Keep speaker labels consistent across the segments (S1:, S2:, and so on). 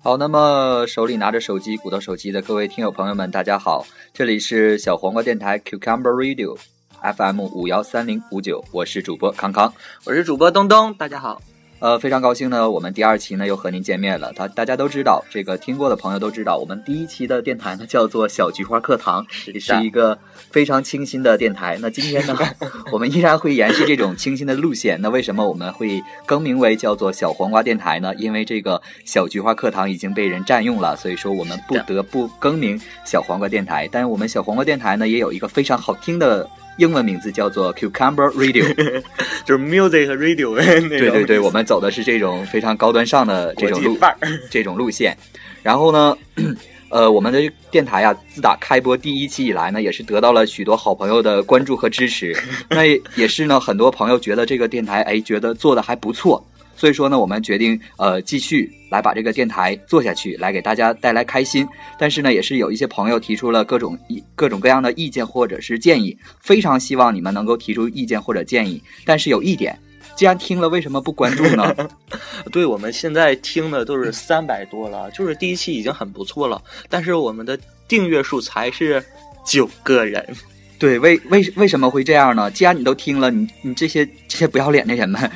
S1: 好，那么手里拿着手机、鼓捣手机的各位听友朋友们，大家好，这里是小黄瓜电台 Cucumber Radio FM 五幺三零五九，我是主播康康。
S2: 我是主播东东，大家好。
S1: 呃，非常高兴呢，我们第二期呢又和您见面了。大大家都知道，这个听过的朋友都知道，我们第一期的电台呢叫做小菊花课堂，也是一个非常清新的电台。那今天呢，我们依然会延续这种清新的路线。那为什么我们会更名为叫做小黄瓜电台呢？因为这个小菊花课堂已经被人占用了，所以说我们不
S2: 是的
S1: 得不更名小黄瓜电台。但是我们小黄瓜电台呢，也有一个非常好听的英文名字，叫做 Cucumber Radio。
S2: 就是 music 和 radio 呗，那种
S1: 对对对，我们走的是这种非常高端上的这
S2: 国
S1: 种
S2: 际
S1: 路
S2: 范儿。
S1: 这种路线。然后呢，呃，我们的电台呀、自打开播第一期以来呢，也是得到了许多好朋友的关注和支持。那也是呢，很多朋友觉得这个电台，哎，觉得做的还不错。所以说呢，我们决定呃继续来把这个电台做下去，来给大家带来开心。但是呢，也是有一些朋友提出了各种意各种各样的意见或者是建议，非常希望你们能够提出意见或者建议。但是有一点，既然听了，为什么不关注呢？
S2: 对，我们现在听的都是三百多了，就是第一期已经很不错了，但是我们的订阅数才是九个人。
S1: 对，为为为什么会这样呢？既然你都听了，你你这些这些不要脸的人们，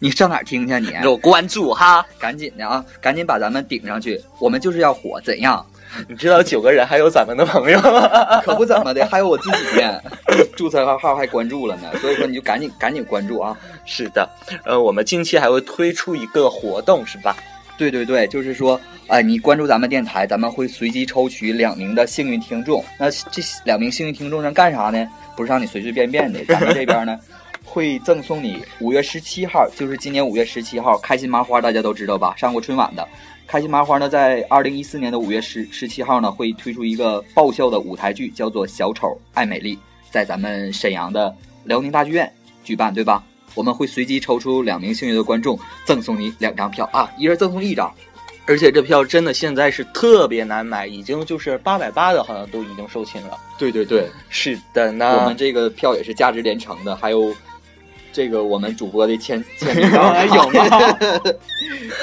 S1: 你上哪儿听去啊你？
S2: 给我关注哈！
S1: 赶紧的啊，赶紧把咱们顶上去，我们就是要火，怎样？
S2: 你知道九个人还有咱们的朋友 吗？
S1: 可不怎么的，还有我自己呢， 注册号号还关注了呢，所以说你就赶紧赶紧关注啊！
S2: 是的，呃，我们近期还会推出一个活动，是吧？
S1: 对对对，就是说，呃，你关注咱们电台，咱们会随机抽取两名的幸运听众。那这两名幸运听众能干啥呢？不是让你随随便便的，咱们这边呢会赠送你五月十七号，就是今年五月十七号，开心麻花大家都知道吧，上过春晚的。开心麻花呢，在二零一四年的五月十十七号呢，会推出一个爆笑的舞台剧，叫做《小丑爱美丽》，在咱们沈阳的辽宁大剧院举办，对吧？我们会随机抽出两名幸运的观众，赠送你两张票啊，一人赠送一张。
S2: 而且这票真的现在是特别难买，已经就是八百八的，好像都已经售罄了。
S1: 对对对，
S2: 是的呢，
S1: 我们这个票也是价值连城的，还有这个我们主播的签签名
S2: 哎有吗？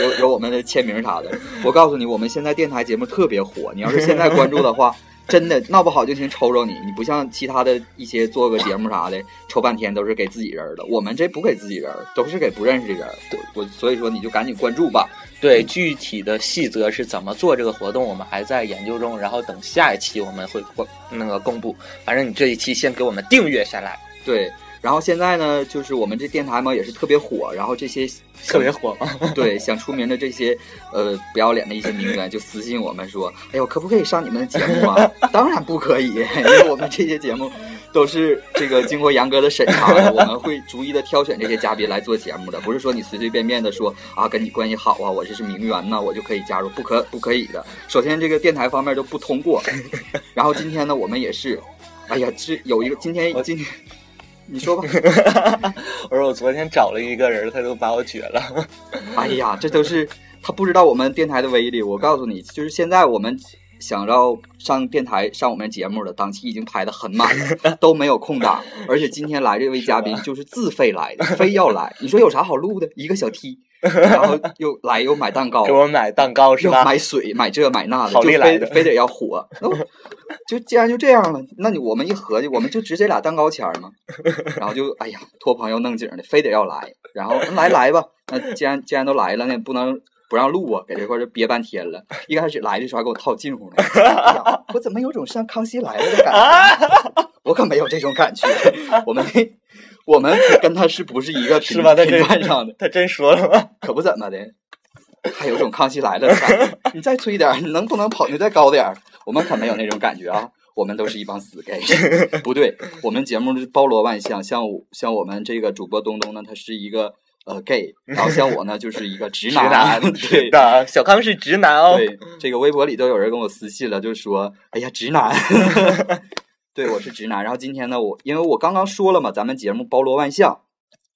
S1: 有有我们的签名啥的。我告诉你，我们现在电台节目特别火，你要是现在关注的话，真的闹不好就先抽着你。你不像其他的一些做个节目啥的，抽半天都是给自己人儿的，我们这不给自己人儿，都是给不认识的人儿。我所以说你就赶紧关注吧。
S2: 对，具体的细则是怎么做这个活动，我们还在研究中，然后等下一期我们会公那个公布。反正你这一期先给我们订阅下 来，
S1: 对，然后现在呢，就是我们这电台嘛也是特别火，然后这些
S2: 特别火吗？
S1: 对想出名的这些呃不要脸的一些名媛就私信我们说，哎呦，可不可以上你们的节目啊？当然不可以， 因为我们这些节目都是这个经过严格的审查的，我们会逐一的挑选这些嘉宾来做节目的，不是说你随随便便的说啊跟你关系好啊，我这是名媛呐，我就可以加入，不可不可以的。首先这个电台方面都不通过，然后今天呢，我们也是，哎呀，这有一个今天今天。你说吧，
S2: 我说我昨天找了一个人，他都把我绝 了。
S1: 哎呀，这都是他不知道我们电台的威力。我告诉你，就是现在我们想要上电台上我们节目的档期已经排得很满 了，都没有空档。而且今天来这位嘉宾就是自费来的，非要来。你说有啥好录的？一个小 T，然后又来又买蛋糕
S2: 给。我买蛋糕是
S1: 又
S2: 吧？
S1: 买水，买这买那的，
S2: 好
S1: 就
S2: 利来
S1: 非
S2: 的
S1: 非得要火，那我就既然就这样了，那你我们一合计，我们就值这俩蛋糕钱 儿嘛，然后就哎呀，托朋友弄景儿的，非得要来，然后嗯来来吧，那既然既然都来了，那也不能不让录啊，给这块儿就憋半天了。一开始来的时候还给我套近乎呢， 哎呀我怎么有种像康熙来了的感觉？ 我可没有这种感觉，我们 我们跟他是不是一个频
S2: 是吧他这
S1: 频段上的？
S2: 他真说了 吗？
S1: 可不怎么的，还有种康熙来了的感觉。你再吹点儿，你能不能捧的再高点儿？我们可没有那种感觉啊，我们都是一帮死 gay。不 对，我们节目是包罗万象，像我像我们这个主播东东呢，他是一个呃 gay，然后像我呢就是一个直
S2: 直
S1: 男。
S2: 男，
S1: 对
S2: 是的，小康是直男 哦。
S1: 对，这个微博里都有人跟我私信了，就说：“哎呀，直 男。”对，我是直男。然后今天呢，我因为我刚刚说了嘛，咱们节目包罗万象，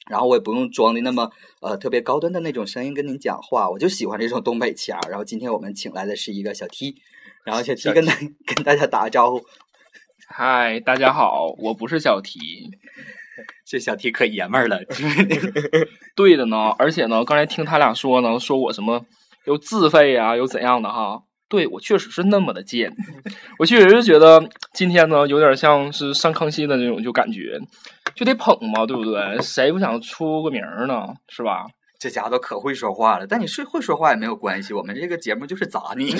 S1: 然后我也不用装的那么呃特别高端的那种声音跟您讲话，我就喜欢这种东北腔儿。然后今天我们请来的是一个小 T，然后小 T
S2: 小
S1: 跟大 跟大家打个招呼，
S3: 嗨，大家好，我不是小提。
S1: 这小 T 可爷们儿了，
S3: 对的呢，而且呢，刚才听他俩说呢，说我什么又自费呀、又怎样的哈。对我确实是那么的贱，我确实是觉得今天呢有点像是上康熙的那种，就感觉就得捧嘛，对不对？谁不想出个名儿呢？是吧？
S1: 这家伙可会说话了，但你是会说话也没有关系，我们这个节目就是砸你。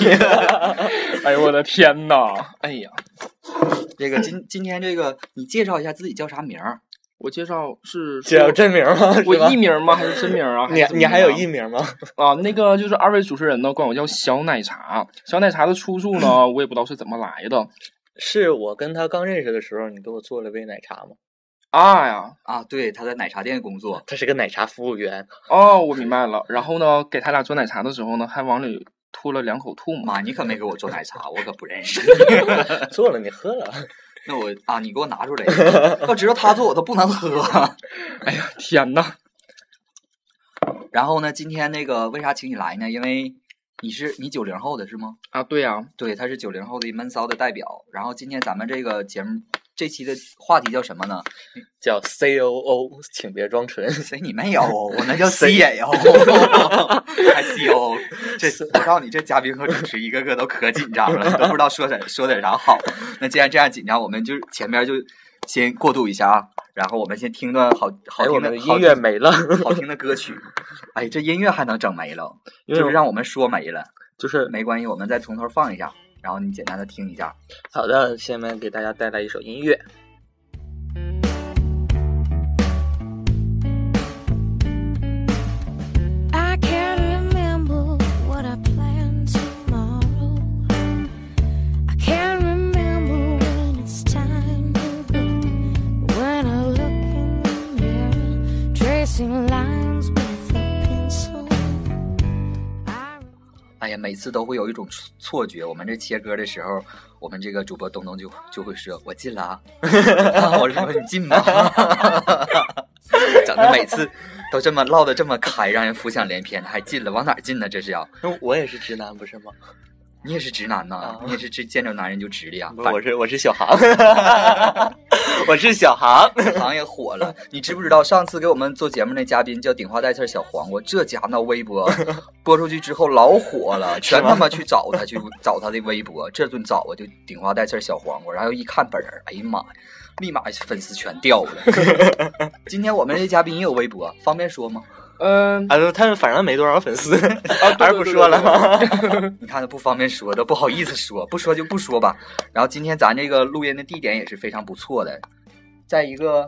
S3: 哎呦我的天呐！哎呀，
S1: 这个今今天这个，你介绍一下自己叫啥名儿？
S3: 我介绍是
S2: 这
S3: 说
S2: 有真名吗？是
S3: 我
S2: 吧
S3: 艺？名吗？还是真名啊？
S2: 你
S3: 是怎么
S2: 你还有
S3: 样
S2: 艺名吗？
S3: 啊，那个就是二位主持人呢，管我叫小奶茶。小奶茶的出处呢，我也不知道是怎么来的。
S2: 是我跟他刚认识的时候，你给我做了杯奶茶吗？
S3: 啊呀，
S1: 啊，对，他在奶茶店工作。
S2: 他是个奶茶服务员，
S3: 哦，我明白了。然后呢，给他俩做奶茶的时候呢，还往里吐了两口吐沫。
S1: 妈，你可没给我做奶茶，我可不认识。
S2: 做了你喝了，
S1: 那我啊，你给我拿出来，要知道他做我都不能喝。
S3: 哎呀，天呐！
S1: 然后呢，今天那个为啥请你来呢？因为你是你九零后的是吗？
S3: 啊，对呀、
S1: 对，他是九零后的闷骚的代表。然后今天咱们这个节目这期的话题叫什么呢？
S2: 叫 C O O，请别装纯。
S1: 谁你没有？我那叫 C
S2: 谁
S1: 也有，还 C O。这我告诉你，这嘉宾和主持一个个都可紧张了，都不知道说点说点啥好。那既然这样紧张，我们就前面就先过渡一下啊，然后我们先听段好好
S2: 哎，
S1: 听
S2: 我们
S1: 的
S2: 的
S1: 好
S2: 音乐没了，
S1: 好听的歌曲。哎，这音乐还能整没了，
S2: 因
S1: 就
S2: 为
S1: 是
S2: 我
S1: 让我们说没了，
S2: 就是
S1: 没关系，我们再从头放一下，然后你简单的听一下。
S2: 好的，下面给大家带来一首音乐。
S4: I can't remember what I plan tomorrow. I can't remember when it's time to go. When I look in the mirror, tracing lines with a pencil. I
S1: 哎呀，每次都会有一种错错觉。我们这切歌的时候，我们这个主播东东就就会说：“我进了啊。” 啊我说：“你进吧。” 整的每次都这么唠的这么开，让人浮想联翩。还进了，往哪儿进呢？这是要
S2: 我也是直男，不是吗？
S1: 你也是直男呐、
S2: 啊
S1: 你也是直见着男人就直的呀。
S2: 不是
S1: 反
S2: 我是我是小航， 我是小航。
S1: 正行业火了，你知不知道？上次给我们做节目那嘉宾叫顶花带刺儿小黄瓜，这家那微博播出去之后老火了，全他妈去找他去找他的微博，这顿找啊就顶花带刺儿小黄瓜，然后一看本人，哎呀妈呀，立马粉丝全掉了。 今天我们这嘉宾也有微博，方便说吗？
S3: 嗯、
S2: 啊，他们反正没多少粉丝，
S3: 啊，对
S2: 还是不说了。吧。
S1: 你看他不方便说，都不好意思说， 不说就不说吧。然后今天咱这个录音的地点也是非常不错的，在一个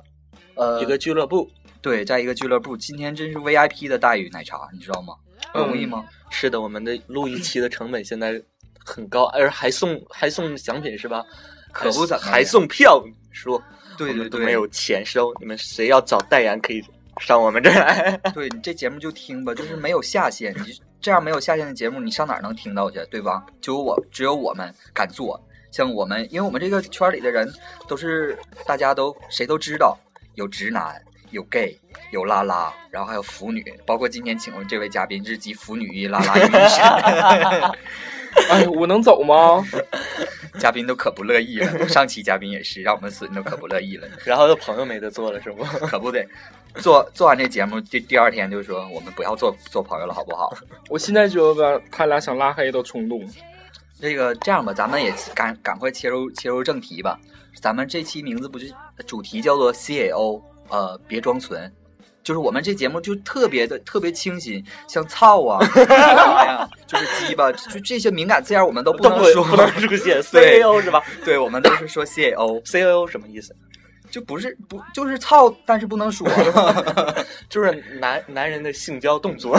S1: 呃
S2: 一个俱乐部
S1: 对，在一个俱乐部，今天真是 VIP 的待遇奶茶，你知道吗？
S3: 嗯
S1: 容易吗？
S2: 是的，我们的录一期的成本现在很高，而还送还送奖品是吧？
S1: 可不咋的
S2: 还送票说，
S1: 对
S2: 嗯我们
S1: 对
S2: 都
S1: 对，
S2: 没有钱收。你们谁要找代言可以上我们这儿来。
S1: 对你这节目就听吧，就是没有下限，你这样没有下限的节目，你上哪儿能听到去，对吧？只有我，只有我们敢做。像我们，因为我们这个圈里的人都是大家都谁都知道，有直男，有 gay，有拉拉，然后还有腐女，包括今天请问这位嘉宾是集腐女与拉拉于一身，
S3: 哎呦，我能走吗？
S1: 嘉宾都可不乐意了。上期嘉宾也是，让我们损都可不乐意了。
S2: 然后朋友没得做了是不？
S1: 可不得。做做完这节目，第第二天就说我们不要做做朋友了，好不好？
S3: 我现在觉得他俩想拉黑的冲动。
S1: 这个这样吧，咱们也赶赶快切入切入正题吧。咱们这期名字不就主题叫做 CAO，呃，别装纯，就是我们这节目就特别的特别清新，像操 啊，哎呀，就是鸡巴，就这些敏感字眼我们都不能
S2: 会
S1: 说。
S2: 不能出 现
S1: 对
S2: CEO 是吧
S1: 对，我们都是说 CAO，
S2: ？CEO 什么意思？
S1: 就不是不就是操，但是不能说。
S2: 就是男男人的性交动作。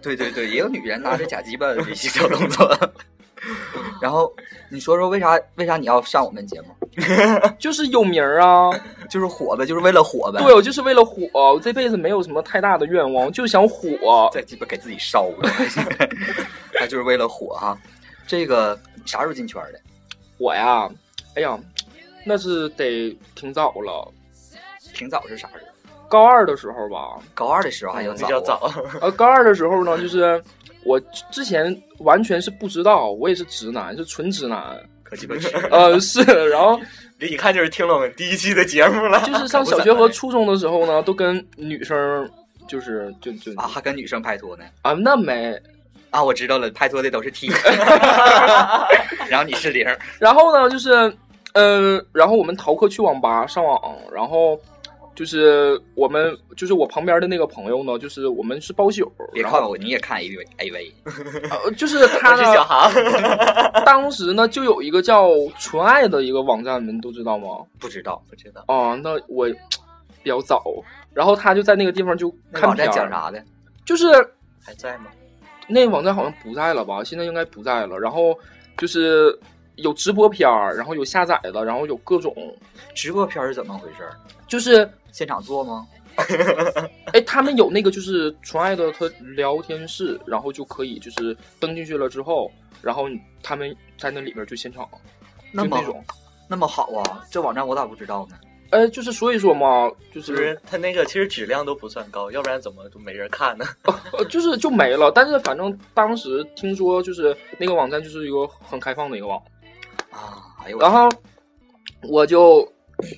S1: 对对对，也有女人拿着假鸡巴维系小动作。 然后你说说为啥为啥你要上我们节目？
S3: 就是有名儿啊，
S1: 就是火呗，就是为了火呗。
S3: 对，我就是为了火，我这辈子没有什么太大的愿望，就想火。
S1: 再鸡巴给自己烧了， 他就是为了火哈、这个啥时候进圈的？
S3: 我呀，哎呀，那是得挺早了，
S1: 挺早是啥时候？
S3: 高二的时候吧。
S1: 高二的时候
S3: 嗯
S1: 还有
S2: 比较
S1: 早啊。
S2: 早，
S3: 呃，高二的时候呢，就是 我之前完全是不知道，我也是直男，是纯直男。
S1: 可鸡巴 吃。
S3: 呃，是，然后
S2: 这一看就是听了我们第一期的节目了。
S3: 就是上小学和初中的时候呢，都跟女生就是就就
S1: 啊啊，还跟女生拍拖呢？
S3: 啊，那没
S1: 啊，我知道了，拍错的都是 T，然后你是零，
S3: 然后呢，就是，嗯、然后我们逃课去网吧上网，然后就是我们就是我旁边的那个朋友呢，就是我们是包宿，
S1: 别
S3: 然
S1: 看
S3: 后
S1: 我，你也看 A V A V，
S3: 呃就是
S1: 啊
S3: 他
S2: 我是小
S3: 呢，
S2: 航，
S3: 当时呢就有一个叫纯爱的一个网站，你们都知道吗？
S1: 不知道
S2: 不知道。
S3: 哦，那我比较早，然后他就在那个地方就
S1: 那
S3: 看
S1: 网
S3: 片
S1: 站讲？
S3: 儿
S1: 啥的
S3: 就是
S1: 还在吗？
S3: 那网站好像不在了吧？现在应该不在了。然后就是有直播片儿，然后有下载的，然后有各种，
S1: 直播片儿是怎么回事儿？
S3: 就是
S1: 现场做吗？
S3: 哎，他们有那个就是纯爱的他聊天室，然后就可以就是登进去了之后，然后你他们在那里边就现场就
S1: 么
S3: 那种，
S1: 那么好啊，这网站我咋不知道呢？
S3: 哎，就是所以说嘛，就
S2: 就是是他那个其实质量都不算高，要不然怎么就没人看呢？
S3: 呃就是就没了。但是反正当时听说就是那个网站就是一个很开放的一个网，
S1: 啊，哎呦，
S3: 然后我就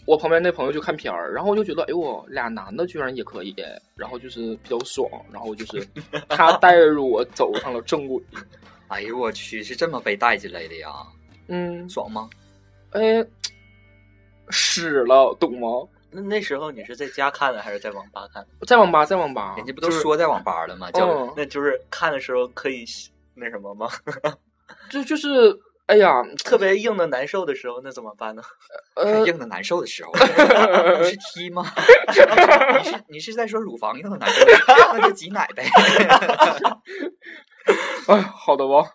S3: 我旁边那朋友就看片儿，然后我就觉得，哎呦，我俩男的居然也可以，然后就是比较爽，然后就是 他带着我走上了正轨。
S1: 哎呦我去，是这么被带进来的呀？
S3: 嗯，
S1: 爽吗？
S3: 哎，屎了，懂吗？
S2: 那那时候你是在家看的还是在网吧看的？
S3: 在网吧，在网吧
S1: 人，家不都说在网吧了吗？叫
S3: 嗯，
S2: 那就是看的时候可以那什么吗？
S3: 就就是，哎呀，
S2: 特别硬的难受的时候，那怎么办呢？
S3: 呃，
S1: 硬的难受的时候，你是 T 吗？你是你是在说乳房硬的难受，那就挤奶呗。
S3: 哎，好的吧，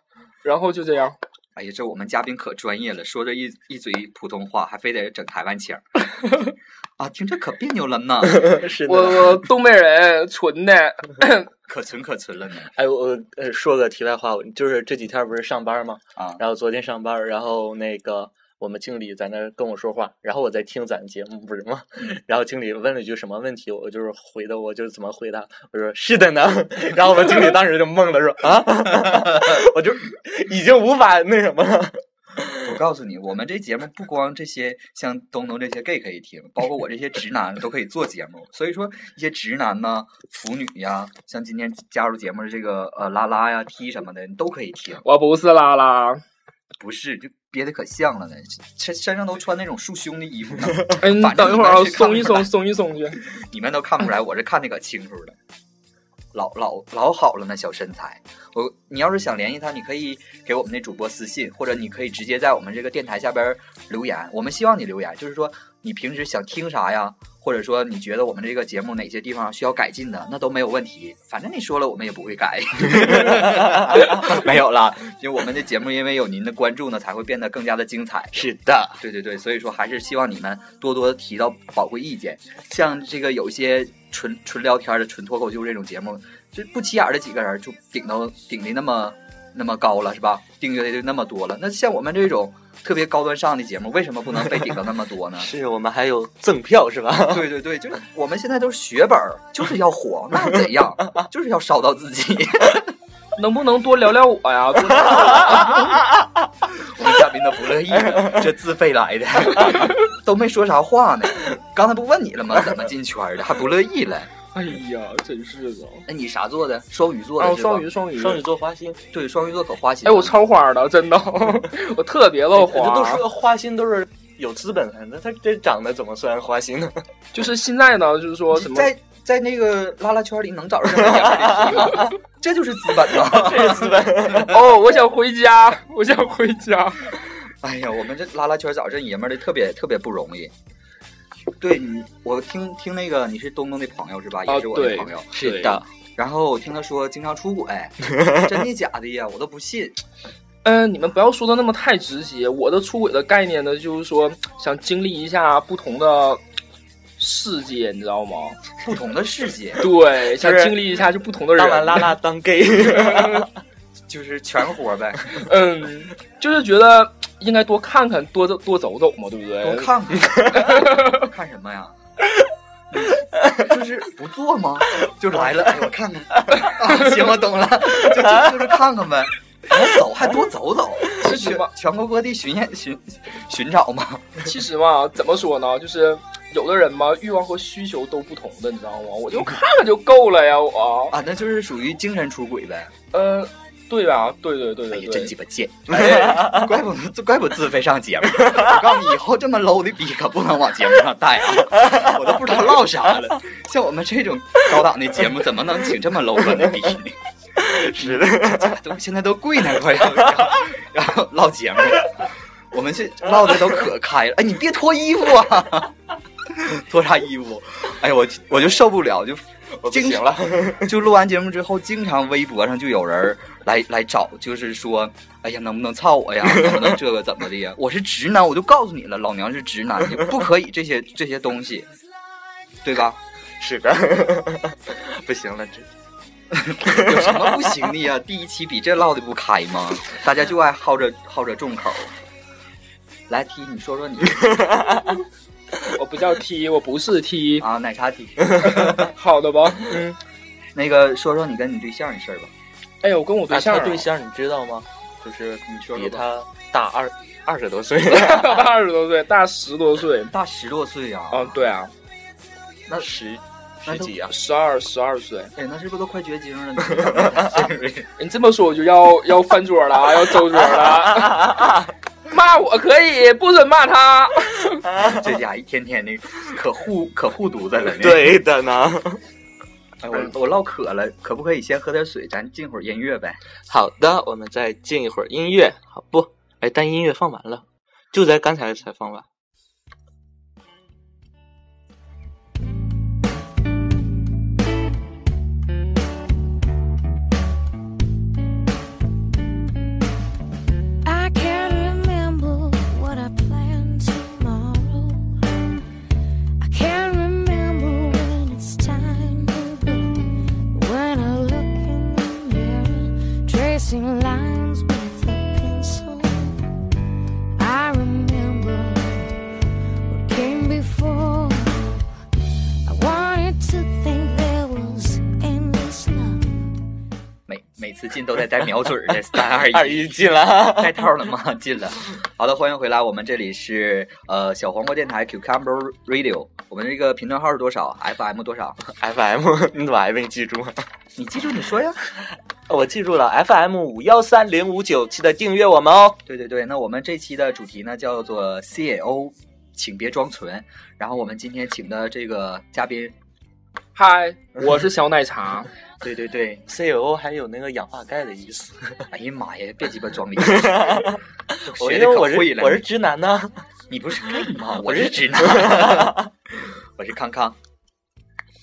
S3: 然后就这样，
S1: 哎呀，这我们嘉宾可专业了，说着一一嘴普通话，还非得整台湾腔儿 啊，听着可别扭了呢，
S2: 是
S3: 我我东北人，纯的，
S1: 可纯可纯了呢
S2: 哎，我我呃说个题外话，我就是这几天不是上班吗？
S1: 啊！
S2: 然后昨天上班，然后那个我们经理在那儿跟我说话，然后我在听咱节目不是吗？ 然后经理问了一句什么问题，我就是回的，我就是怎么回答，我说是的呢。 然后我们经理当时就懵了，说啊， 我就已经无法那什么 了。
S1: 我告诉你，我们这节目不光这些像东东这些 gay 可以听，包括我这些直男都可以做节目。所以说，一些直男呐、腐女呀、像今天加入节目的这个呃拉拉呀、T 什么的，你都可以听。
S3: 我不是拉拉，
S1: 不是，就憋得可像了呢，身身上都穿那种束胸的衣服呢。
S3: 哎，你
S1: 反正
S3: 等一会儿
S1: 你
S3: 啊，
S1: 们是看
S3: 松一
S1: 不出
S3: 松，
S1: 来
S3: 松一松去，
S1: 你们都看不出来，我这看的可清楚了，老老老好了那小身材。我你要是想联系他，你可以给我们的主播私信，或者你可以直接在我们这个电台下边留言。我们希望你留言，就是说你平时想听啥呀，或者说你觉得我们这个节目哪些地方需要改进的，那都没有问题。反正你说了，我们也不会改。 没有了，因为我们的节目因为有您的关注呢，才会变得更加的精彩。
S2: 是的，？
S1: 对对对，所以说还是希望你们多多提到宝贵意见。像这个有一些纯纯聊天的、纯脱口秀这种节目，就不起眼儿的几个人就顶到顶的那么那么高了，是吧？订阅的就那么多了。那像我们这种特别高端上的节目，为什么不能被顶到那么多呢
S2: 是我们还有赠票是吧？
S1: 对对对，就是我们现在都是血本儿，就是要火，那又怎样？ 就是要烧到自己。
S3: 能不能多聊聊我呀？多聊聊我
S1: 我们嘉宾都不 乐意了，这自费来的， 都没说啥话呢。刚才不问你了吗？怎么进圈儿的？还不乐意了？
S3: 哎呀，真是的。
S1: 那你啥座的？双鱼座的
S3: 哦，
S1: 是吧？
S3: 双鱼，双鱼，
S2: 双鱼。座花心，
S1: 对，双鱼座可花心
S3: 哎，
S1: 了。
S3: 我超花的，真的， 我特别的
S2: 哎这
S3: 花。
S2: 都说花心都是有资本的，那他这长得怎么算花心呢？
S3: 就是现在呢，就是说什么
S1: 在在那个拉拉圈里能找着这么样的 题吗这就是资本呐！
S2: 这是资本。
S3: 哦，我想回家，我想回家。
S1: 哎呀，我们这拉拉圈找这爷们儿的特别特别不容易。对你，我听听那个你是东东的朋友是吧？
S3: 啊
S1: 也是我的
S3: 对
S1: 朋友。
S3: 是对
S2: 的，
S1: 然后我听他说经常出 轨，真的假的呀？我都不信。
S3: 嗯、你们不要说的那么太直接。我的出轨的概念呢，就是说想经历一下不同的世界，你知道吗？
S1: 不同的世界，
S3: 对，想
S2: 就是
S3: 经历一下就不同的人。
S2: 当完拉拉当 gay，
S1: 就是全活 呗，
S3: 嗯，就是觉得应该多看看，多走多走走嘛，对不
S1: 多
S3: 对？
S1: 看看， 看什 么呀？就是不做吗？就来了，哎，我看 看，啊，行，我懂了，就就就是看看 呗。还走还多走走，是
S3: 是
S1: 全
S3: 吧
S1: 全国各地巡演寻寻找吗？
S3: 其实嘛，怎么说呢，就是有的人嘛，欲望和需求都不同的，你知道吗？我就看看就够了呀，我。啊
S1: 啊，那就是属于精神出轨呗。
S3: 呃，对啊，对对对
S1: 哎
S3: 对
S1: 呀，真
S3: 对
S1: 鸡，巴贱！哎，怪不得，怪不自费上节目。我告诉你，以后这么 low 的逼可不能往节目上带啊！我都不知道唠啥了。像我们这种高档的节目，怎么能请这么 low 的逼呢？
S2: 是的，
S1: 都现在都跪那块儿，然后然后唠节目，我们这 唠的都可开了。哎，你别脱衣服啊！ 脱啥衣服？哎呀，我我就受不了，就
S2: 我不行了，
S1: 就录完节目之后，经常微博上就有人儿来来找，就是说，哎呀，能不能操我呀？能不能这个怎么的呀？ 我是直男，我就告诉你了，老娘是直男，你不可以这些这些东西，对吧？
S2: 是的， 不行了，这
S1: 有什么不行的呀？ 第一期比这唠的不开吗？大家就爱好这好这重口。来 T，你说说你
S3: 我不叫 T，我不是 T，
S1: 啊，奶茶 T，
S3: 好的吧？嗯，
S1: 那个说说你跟你对象的事儿吧。
S3: 哎呀，我跟我对
S2: 啊
S3: 象
S2: 他
S3: 啊，
S2: 对象你知道吗？就是
S1: 你说说
S2: 比
S1: 吧，
S2: 他大二二十多岁，啊
S3: 大 二十多岁，大十多岁。
S1: 大十多岁呀、啊
S3: 啊，
S2: 哦
S3: 对啊，
S1: 那
S2: 十
S1: 那
S2: 十
S1: 都
S2: 几啊，
S3: 十二十二岁，
S1: 哎，那是不是都快绝经 了？呢？
S3: 你这么说我就要要翻桌了啊，要周桌了。啊 骂我可以，不准骂他。
S1: 这家一天天的可护可护犊子了呢。，
S2: 对的呢。
S1: 哎、我我唠渴了，可不可以先喝点水？咱进会儿音乐呗。
S2: 好的，我们再进一会儿音乐，好不？哎，但音乐放完了，就在刚才才放完。
S4: I can't remember what I plan tomorrow. I can't remember when it's time to go. When I look in the mirror, tracing lines with a pencil, I remember what came before. I wanted to think there was endless love.
S1: 每每次进都得带瞄准儿的，三二
S2: 二
S1: 一。
S2: 一进 了，
S1: 带套了吗？进了。好的，欢迎回来，我们这里是呃小黄瓜电台 Cucumber Radio，我们这个频段号是多少？FM 多少？
S2: FM，你怎么还没记住？啊
S1: 你记住你说呀。
S2: 我记住了，FM 五幺三零五九，记得订阅我们哦。
S1: 对对对，那我们这期的主题呢叫做 CAO，请别装纯。然后我们今天请的这个嘉宾，
S3: 嗨，我是小奶茶，
S1: 对对对，
S2: CO E 还有那个氧化钙的意思，
S1: 哎呀妈呀，别鸡巴装逼，
S2: 我
S1: 学
S2: 因
S1: 的
S2: 为
S1: 可
S2: 我是
S1: 会了。
S2: 我是直男呢，
S1: 你不是 gay 吗？我是直男， 我是康康。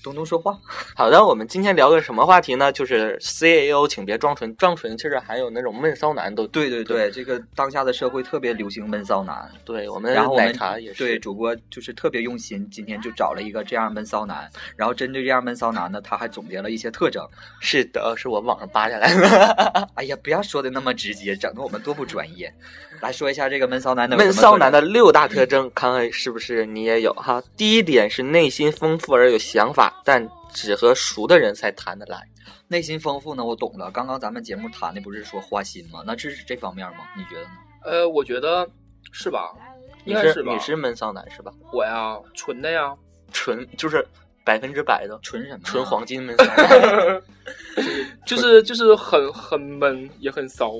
S1: 东东说话，
S2: 好的，我们今天聊个什么话题呢？就是 CAO，请别装纯，装纯其实还有那种闷骚男都对。
S1: 对对对，这个当下的社会特别流行闷骚男，
S2: 我们
S1: 然后我
S2: 奶
S1: 们
S2: 茶也是
S1: 对主播就是特别用心，今天就找了一个这样闷骚男，然后针对这样闷骚男呢，他还总结了一些特征。
S2: 是的，是我网上扒下来的。
S1: 哎呀，不要说的那么直接，整的我们多不专业。来说一下这个闷骚男的
S2: 闷骚男
S1: 的
S2: 的六大特征，看看是不是你也有哈？第一点是内心丰富而有想法，但只和熟的人才谈得来。
S1: 内心丰富呢，我懂了。刚刚咱们节目谈的不是说花心吗？那这是这方面吗？你觉得呢？
S3: 呃，我觉得是吧？应
S2: 你
S3: 该
S2: 是
S3: 吧？
S2: 你是闷骚男是吧？
S3: 我呀，纯的呀，
S2: 纯就是百分之百的
S1: 纯什么？
S2: 纯。黄金闷骚 男。
S3: 就是就是很很闷，也很骚。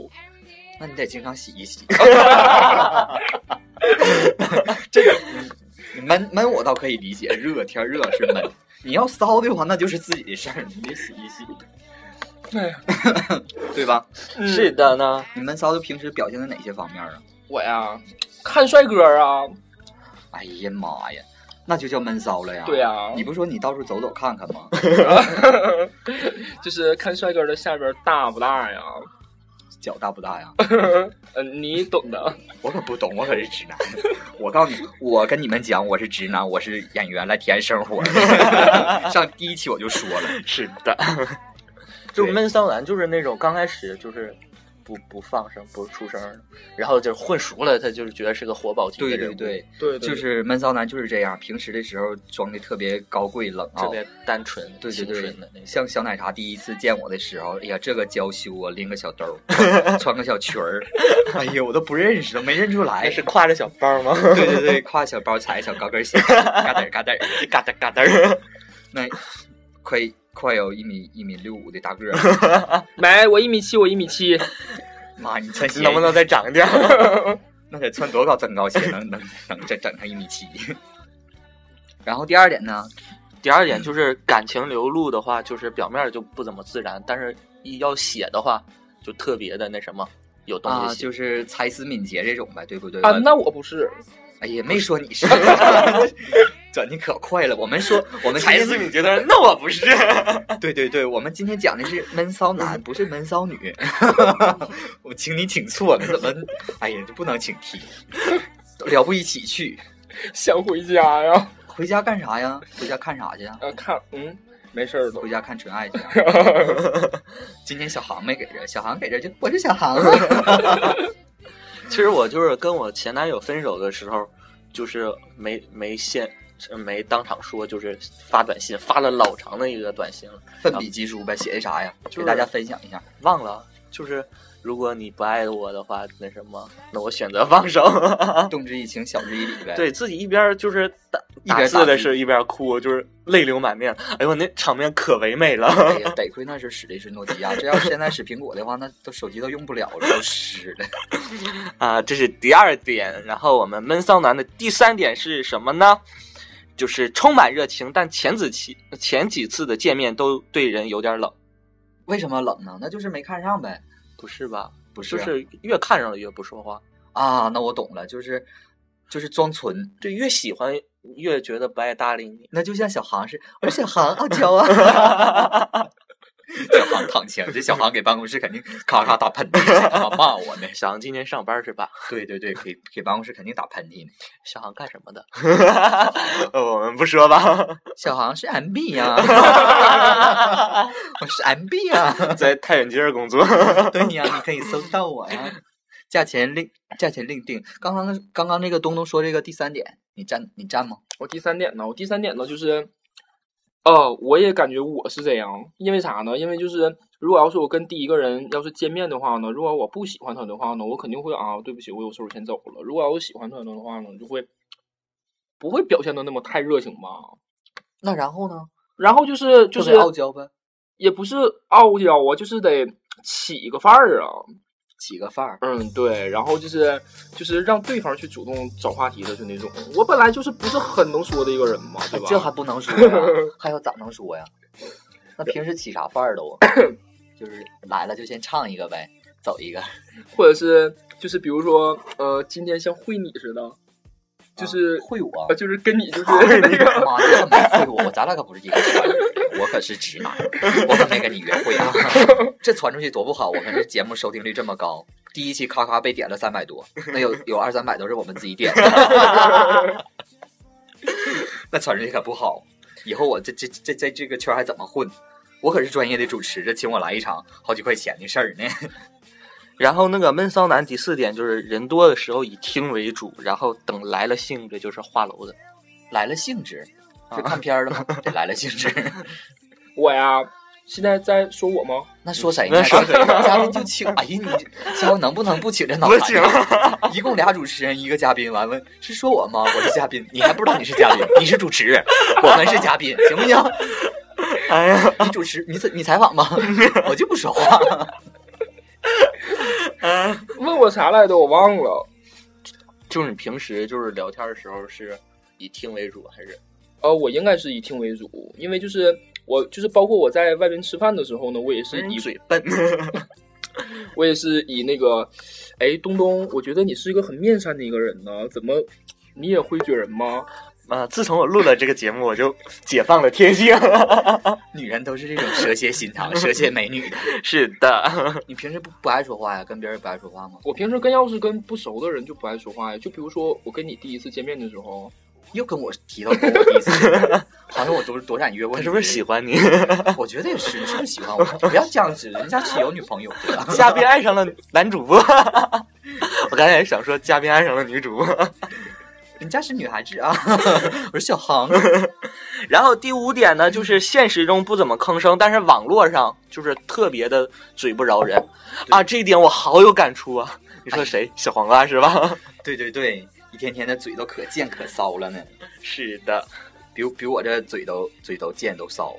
S1: 那你得经常洗一洗。这个你闷闷我倒可以理解，热天热是闷。你要骚的话，那就是自己的事儿，你得洗一洗，
S3: 哎呀，
S1: 对吧？
S2: 是的呢，
S1: 你闷骚就平时表现在哪些方面啊？
S3: 我呀，看帅哥啊，
S1: 哎呀妈呀，那就叫闷骚了呀！
S3: 对呀
S1: 你不说你到处走走看看吗？
S3: 就是看帅哥的下边大不大呀？
S1: 脚大不大呀？
S3: 嗯，你懂的。
S1: 我可不懂，我可是直男。我告诉你，我跟你们讲，我是直男，我是演员来体验生活的。 上第一期我就说了，
S2: 是的，就闷骚男就是那种刚开始就是不不放声不出声儿，然后就是混熟了，他就是觉得是个活宝级的
S1: 对
S2: 人
S1: 对
S2: 物
S1: 对，
S3: 对对，
S1: 就是闷骚男就是这样，平时的时候装的特别高贵冷
S2: 特
S1: 傲。
S2: 别哦单纯、
S1: 对对
S2: 清
S1: 对
S2: 纯的那，种。
S1: 像小奶茶第一次见我的时候，哎呀，这个娇羞啊，拎个小 兜儿，穿个小裙儿，哎呀，我都不认识，都没认出来
S2: 还。哎是挎着小包 吗？
S1: 对对对，挎小包，踩小高跟鞋，嘎噔儿嘎噔儿。
S2: 嘎哒嘎哒儿。
S1: 那快快有一米一米六五的大个儿了，
S3: 没，我一米七，我一米七，
S1: 妈，你穿鞋
S2: 能不能再长点儿？
S1: 那得穿多高增高鞋能能能整整成一米七？ 然后第二点呢，
S2: 第二点就是感情流露的话，就是表面就不怎么自然，但是一要写的话，就特别的那什么，有东
S1: 啊，
S2: 西写。
S1: 就是才思敏捷这种呗，对不对？
S3: 啊，那我不是，
S1: 哎呀，没说 你是，转的可快了。我们说，我 们今
S2: 才
S1: 天
S2: 思敏捷的人，那我不是。
S1: 对对对，我们今天讲的是闷骚男，不是闷骚 女。我请你请错了，怎么？哎呀，这不能请题，聊不一起去。
S3: 呃想回家呀，
S1: 回家干啥呀？回家看啥去呀？
S3: 呃，看，嗯，没事儿都
S1: 回家看纯爱去啊！ 今天小航没给这，小航给这就我是小航 啊。
S2: 其实我就是跟我前男友分手的时候，就是没没现没当场说，就是发短信，发了老长的一个短信了，
S1: 奋笔疾书呗，写的啥呀？
S2: 就是
S1: 给大家分享一下。
S2: 忘了。就是如果你不爱我的话，那什么，那我选择放手。
S1: 动之以情，晓之以理呗。，
S2: 啊 对自己一边儿就是打
S1: 一边
S2: 打
S1: 打
S2: 字
S1: 字
S2: 的时候一边儿哭，就是泪流满面。哎呦，那场面可唯美了。
S1: 哎呀，得亏那时候使的是诺基亚，这要是现在使苹果的话，那都手机都用不了了，都湿了。
S2: 啊，这是第二点。然后我们闷骚男的第三点是什么呢？就是充满热情，但前几期前几次的见面都对人有点冷，
S1: 为什么冷呢？那就是没看上呗。
S2: 不是吧？
S1: 不是
S2: 就
S1: 啊
S2: 是越看上了越不说话，
S1: 啊，那我懂了，就是就是装纯。
S2: 就越喜欢越觉得不爱搭理你。
S1: 那就像小航是，我说小航傲娇啊， 小航躺枪，这小航给办公室肯定咔咔打喷嚏，想他妈骂我呢。
S2: 小航今天上班是吧？
S1: 对对对，给给办公室肯定打喷嚏呢。
S2: 小航干什么的？呃我们不说吧，
S1: 小航是 MB 呀、啊，我是 MB 呀、啊，
S2: 在太原街儿工作。
S1: 对呀、你可以搜到我呀、价钱另价钱另定。刚刚刚刚那个东东说这个第三点，你站你站吗？
S3: 我第三点呢，我第三点呢就是，呃，我也感觉我是这样，因为啥呢？因为就是如果要是我跟第一个人要是见面的话呢，如果我不喜欢他的话呢，我肯定会啊，对不起，我有事儿我先走了。如果要是喜欢他的话呢，就会不会表现的那么太热情吧。
S1: 那然后呢？
S3: 然后就是
S1: 特
S3: 就是
S1: 别傲娇呗，
S3: 也不是傲娇啊，就是得起个范儿啊。
S1: 起个范儿。
S3: 嗯，对，然后就是就是让对方去主动找话题的，就那种。我本来就是不是很能说的一个人嘛，对吧？
S1: 这还不能说 呀？还有咋能说呀？那平时起啥范儿 都？就是来了就先唱一个呗，走一个。
S3: 或者是就是比如说呃，今天像会你似的，就是、
S1: 啊会我
S3: 呃，，就是跟你就是那个，
S1: 妈的，没会我，我咱俩可不是一个圈儿的，我可是直男，我可没跟你约会啊。 这传出去多不好，我们这节目收听率这么高，第一期咔咔被点了三百多，那有有二三百都是我们自己点的， 那传出去可不好。以后我这这这在这个圈儿还怎么混？我可是专业的主持，这请我来一场好几块钱的事儿呢。
S2: 然后那个闷骚男第四点就是人多的时候以听为主，然后等来了兴致就是话痨的。
S1: 来了兴致，是
S2: 啊
S1: 看片儿了吗？得来了兴致。
S3: 我呀，现在在说我吗？
S1: 那说谁
S2: 那
S1: 呢？
S2: 说谁
S1: 嘉宾就请，哎呀，你嘉宾能不能不请这脑
S2: 不
S1: 残？
S2: 请，
S1: 一共俩主持人，一个嘉宾。完问是说我吗？我是嘉宾，你还不知道你是嘉宾，你是主持人，我们是嘉宾，行不行？
S2: 哎呀，
S1: 你主持，你采你采访 吧，我就不啊说话。
S3: 问我啥来着？我忘了。
S2: 就是你平时就是聊天的时候是以听为主还是？
S3: 呃，我应该是以听为主，因为就是我就是包括我在外边吃饭的时候呢，我也是以
S2: 嘴笨，
S3: 我也是以那个，哎，东东，我觉得你是一个很面善的一个人呢，怎么你也会撅人吗？
S2: 啊！自从我录了这个节目，我就解放了天性。
S1: 女人都是这种蛇蝎心肠、蛇蝎美女的。
S2: 是 的，
S1: 你平时不不爱说话呀？跟别人不爱说话吗？
S3: 我平时跟要是跟不熟的人就不爱说话呀，就比如说我跟你第一次见面的时候，
S1: 又跟我提到过我第一 次见面，好像我多多闪约问
S2: 他
S1: 你
S2: 是不是喜欢你？
S1: 我觉得也是，你是不是喜欢我？不要这样子，人家是有女朋友的。
S2: 嘉宾爱上了男主播， 我刚才也想说嘉宾爱上了女主播。
S1: 人家是女孩子啊， 我是小航。
S2: 然后第五点呢，就是现实中不怎么吭声，但是网络上就是特别的嘴不饶人啊，这一点我好有感触啊。你说谁？小黄瓜是吧？
S1: 对对对，一天天的嘴都可贱可骚了呢，
S2: 是的，
S1: 比我比我这嘴都嘴都贱都骚。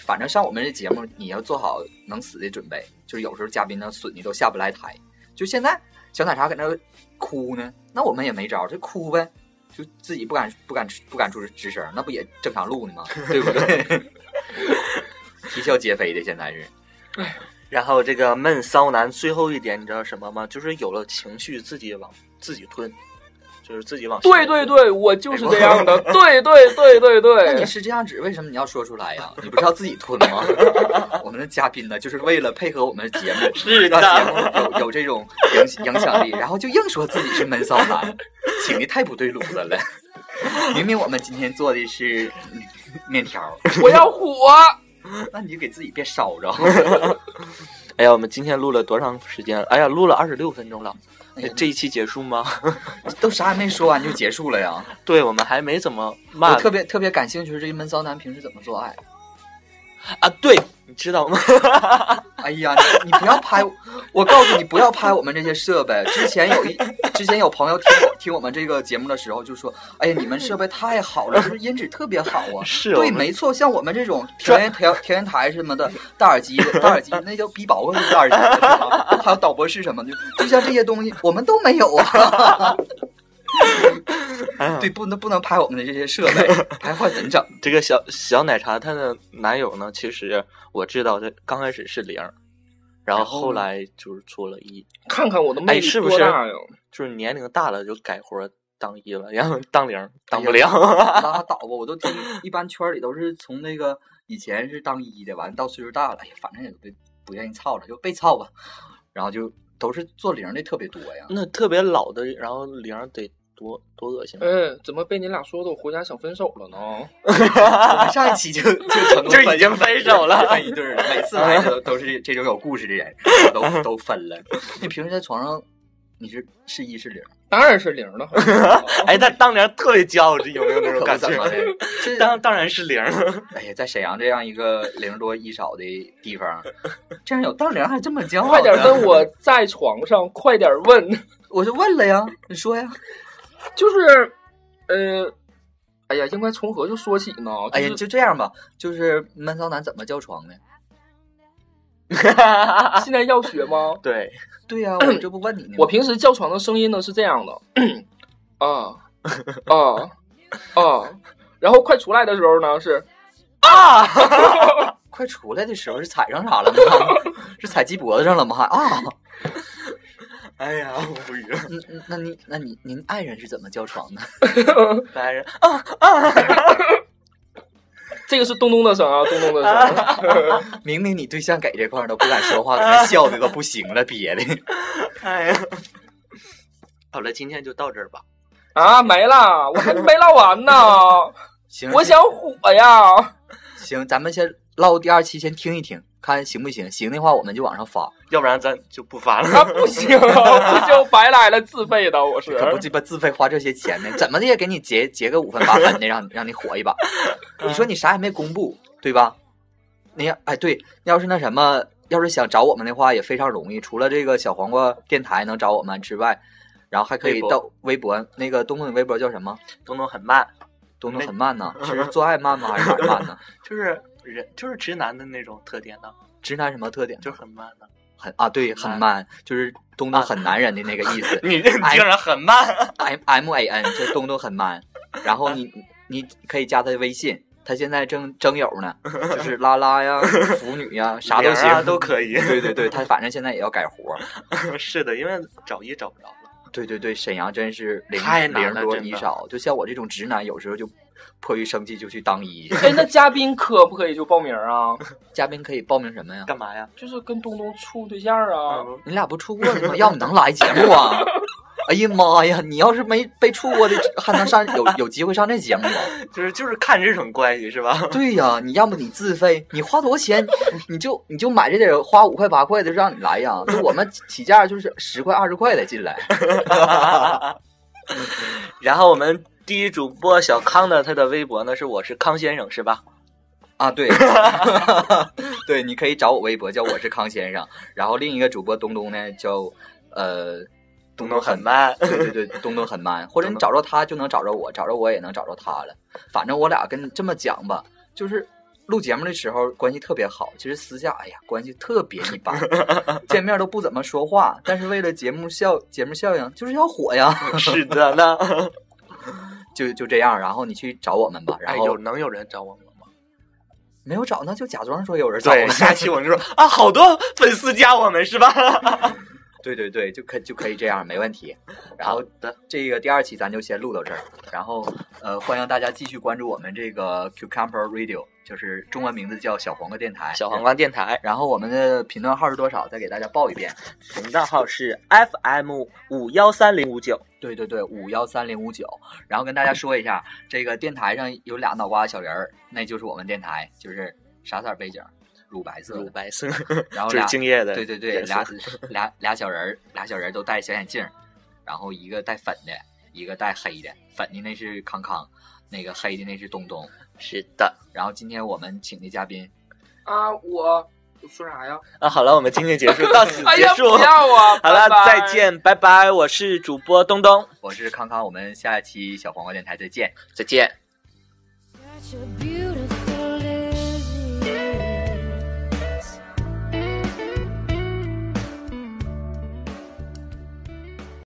S1: 反正上我们这节目，你要做好能死的准备，就是有时候嘉宾呢损你都下不来台。就现在小奶茶搁那哭呢，那我们也没招，就哭呗，就自己不敢不敢不敢出吱声，那不也正常录呢吗？对不对？ 啼笑皆非的，现在是
S2: 然后这个闷骚男最后一点你知道什么吗？就是有了情绪自己往自己吞，就是自己往心
S3: 对
S2: 里
S3: 对
S2: 吞
S3: 对，我就是这样 的，对对对对
S1: 那你
S3: 对，
S1: 是这样子，为什么你要说出来呀？你不是要自己吞吗？ 我们的嘉宾呢，就是为了配合我们的节目，
S2: 是
S1: 让节
S2: 的，
S1: 目有有这种影影响力，然后就硬说自己是闷骚男，请的太不对路子了。 明明我们今天做的是嗯面条，
S3: 我要火，
S1: 那你就给自己别烧着。
S2: 哎呀，我们今天录了多长时间了？哎呀，录了二十六分钟了。哎这一期结束吗？
S1: 都啥也没说完就结束了呀？
S2: 对，我们还没怎么
S1: 我
S2: 骂
S1: 特别特别感兴趣，这个闷骚男平时怎么做爱？
S2: 啊。对，你知道吗？
S1: 哎呀，你你不要拍，我告诉你不要拍我们这些设备。之前有一之前有朋友听我听我们这个节目的时候就说，哎呀，你们设备太好了，是不是音质特别好啊？
S2: 是
S1: 对，
S2: 我们
S1: 没错，像我们这种调音调调音台什么的，大耳机大耳机，那叫逼薄啊，大耳机，是吧还有导播室什么的，就像这些东西，我们都没有啊。
S2: 哎
S1: 对，不能不能拍我们的这些设 备，拍坏怎整？
S2: 这个小小奶茶她的男友呢，其实我知道，他刚开始是零，然后
S1: 然后呢
S2: 后来就是做了一，
S3: 看看我的魅
S2: 哎
S3: 力
S2: 是不
S3: 多
S2: 是
S3: 大呀！
S2: 就是年龄大了就改活当一了，然后当零当不
S1: 哎呀
S2: 了。
S1: 拉倒吧，我都听，一般圈里都是从那个以前是当一的，完到岁数大了，哎呀，反正也不不愿意操了，就被操吧，然后就都是做零的特别多 呀。
S2: 那特别老的，然后零得多多恶心啊。
S3: 哎，怎么被你俩说的我回家想分手了呢？
S1: 我们上一期 就就成功
S2: 就已经分手了
S1: 分一对儿了。每次来 都都是这种有故事的人，都都分了。你平时在床上，你是是一是零？
S3: 当然是零了，好像
S2: 哎，他当年特别骄傲，这有没有那种
S1: 可
S2: 感
S1: 不怎
S2: 觉
S1: 么？的。这
S2: 当当然是零儿，
S1: 哎呀，在沈阳这样一个零多一少的地方，这样有当零还这么骄傲呢？
S3: 快点问我在床上，快点问，
S1: 我就问了呀，你说呀。
S3: 就是，呃，哎呀，应该从何就说起呢？
S1: 哎呀
S2: 嗯
S3: 就，是
S1: 就这样吧，就是闷骚男怎么叫床呢？
S3: 现在要学 吗？
S2: 对，
S1: 对呀、 我这不问你呢吗。
S3: 我平时叫床的声音呢是 这样的，啊啊啊，然后快出来的时候呢是，
S1: 快出来的时候是踩上啥了吗？ 是踩鸡脖子上了吗？还啊，
S2: 哎呀，我无语了。
S1: 嗯嗯那你那你您爱人是怎么叫床的？
S2: 男人
S3: 这个是咚咚的声啊，咚咚的 声。
S1: 明明你对象给这块儿都不敢说话，搁那笑的都不行了，憋的。
S2: 哎呀，好了，今天就到这儿吧。
S3: 啊，没了，我还没唠 完呢，
S1: 行，
S3: 我想火呀！啊
S1: 行，咱们先唠第二期，先听一听，看行不行。行的话，我们就往上发。
S2: 要不然咱就不发
S3: 啊，
S2: 了。
S3: 不行，不行，白来了，自费的，我是。
S1: 可不鸡巴自费花这些钱呢，怎么的也给你结结个五分八分的，让让你火一把。 你说你啥也没公布，对吧？你要哎对，要是那什么，要是想找我们的话也非常容易，除了这个小黄瓜电台能找我们之外，然后还可以
S2: 微博
S1: 到微博，那个东东你微博叫什么？
S2: 东东很慢，
S1: 东东很慢呢，是做爱慢吗？还是哪儿慢呢？
S2: 就是人就是直男的那种特点呢，
S1: 直男什么特点？
S2: 就是很慢的。
S1: 很啊，对，很慢，就是东东很男人的那个意 思。
S2: 你这
S1: 哎
S2: 竟然很慢，
S1: M M M，M A N，这东东很 man。然后你你可以加他的微信，他现在正征友呢，就是拉拉 呀、腐女呀，啥都
S2: 零啊
S1: 行，
S2: 都可以。
S1: 对对对，他反正现在也要改活。
S2: 是的，因为找一找不着了。
S1: 对对对，沈阳真是零
S2: 太难
S1: 零
S2: 了
S1: 多
S2: 真的
S1: 你少，就像我这种直男，有时候就迫于生计就去当 一。
S3: 哎，那嘉宾可不可以就报名啊？
S1: 嘉宾可以报名什么呀？
S2: 干嘛呀？
S3: 就是跟东东处对象啊？
S2: 嗯
S1: 你俩不处过的吗？要不能来节目啊？ 哎呀妈呀！你要是没被处过的，还能上有有机会上这节目吗？啊
S2: 就是就是看这种关系是吧？
S1: 对呀、你要么你自费，你花多少钱，你就你就买这点花五块八块的，让你来呀。就我们起价就是十块二十块的进来。
S2: 然后我们第一主播小康呢，他的微博呢是我是康先生是吧？
S1: 啊， 对，对，你可以找我微博，叫我是康先生。然后另一个主播东东呢，叫呃，
S2: 东东很 慢，
S1: 对对对，东东很 man，或者
S2: 嗯
S1: 你找着他就能找着我，找着我也能找着他了。反正我俩跟你这么讲吧，就是录节目的时候关系特别好，其实私下哎呀关系特别一 般，见面都不怎么说话，但是为了节目效节目效应就是要火呀，
S2: 是的呢。
S1: 就就这样。然后你去找我们吧，然
S2: 哎，
S1: 后
S2: 有能有人找我们吗？
S1: 没有找，那就假装说有人找我
S2: 对，
S1: 们。
S2: 下期我们就说 啊，好多粉丝加我们是吧？
S1: 对对对，就可就可以这样，没问题。然后
S2: 的，
S1: 这个第二期咱就先录到这儿，然后呃，欢迎大家继续关注我们这个 Cucumber Radio，就是中文名字叫小黄瓜电台。
S2: 小黄。瓜电台
S1: 然后我们的频段号是多少？再给大家报一遍。
S2: 频道号是 FM 五幺三零五九，
S1: 对对对，五幺三零五九。然后跟大家说一下，这个电台上有俩脑瓜小人儿，那就是我们电台，就是啥色儿背景？乳白色
S2: 乳
S1: 的。
S2: 白色，
S1: 然后
S2: 嗯就是
S1: 俩
S2: 敬业的
S1: 对
S2: 颜色，
S1: 对对，俩俩俩小人儿，俩小人儿都戴小眼镜儿，然后一个戴粉的，一个戴黑的，粉的那是康康，那个黑的那是东东。
S2: 是的
S1: 然后今天我们请的嘉宾，
S3: 啊，我我说啥呀？
S2: 啊。好了，我们今天结束，到 此
S3: 哎
S2: 结
S3: 呀，不
S2: 束。
S3: 要啊！
S2: 好了
S3: 拜，拜
S2: 再。见，拜拜。我是主播东东，
S1: 我是康康，我们下一期小黄瓜电台再见。
S2: 再见。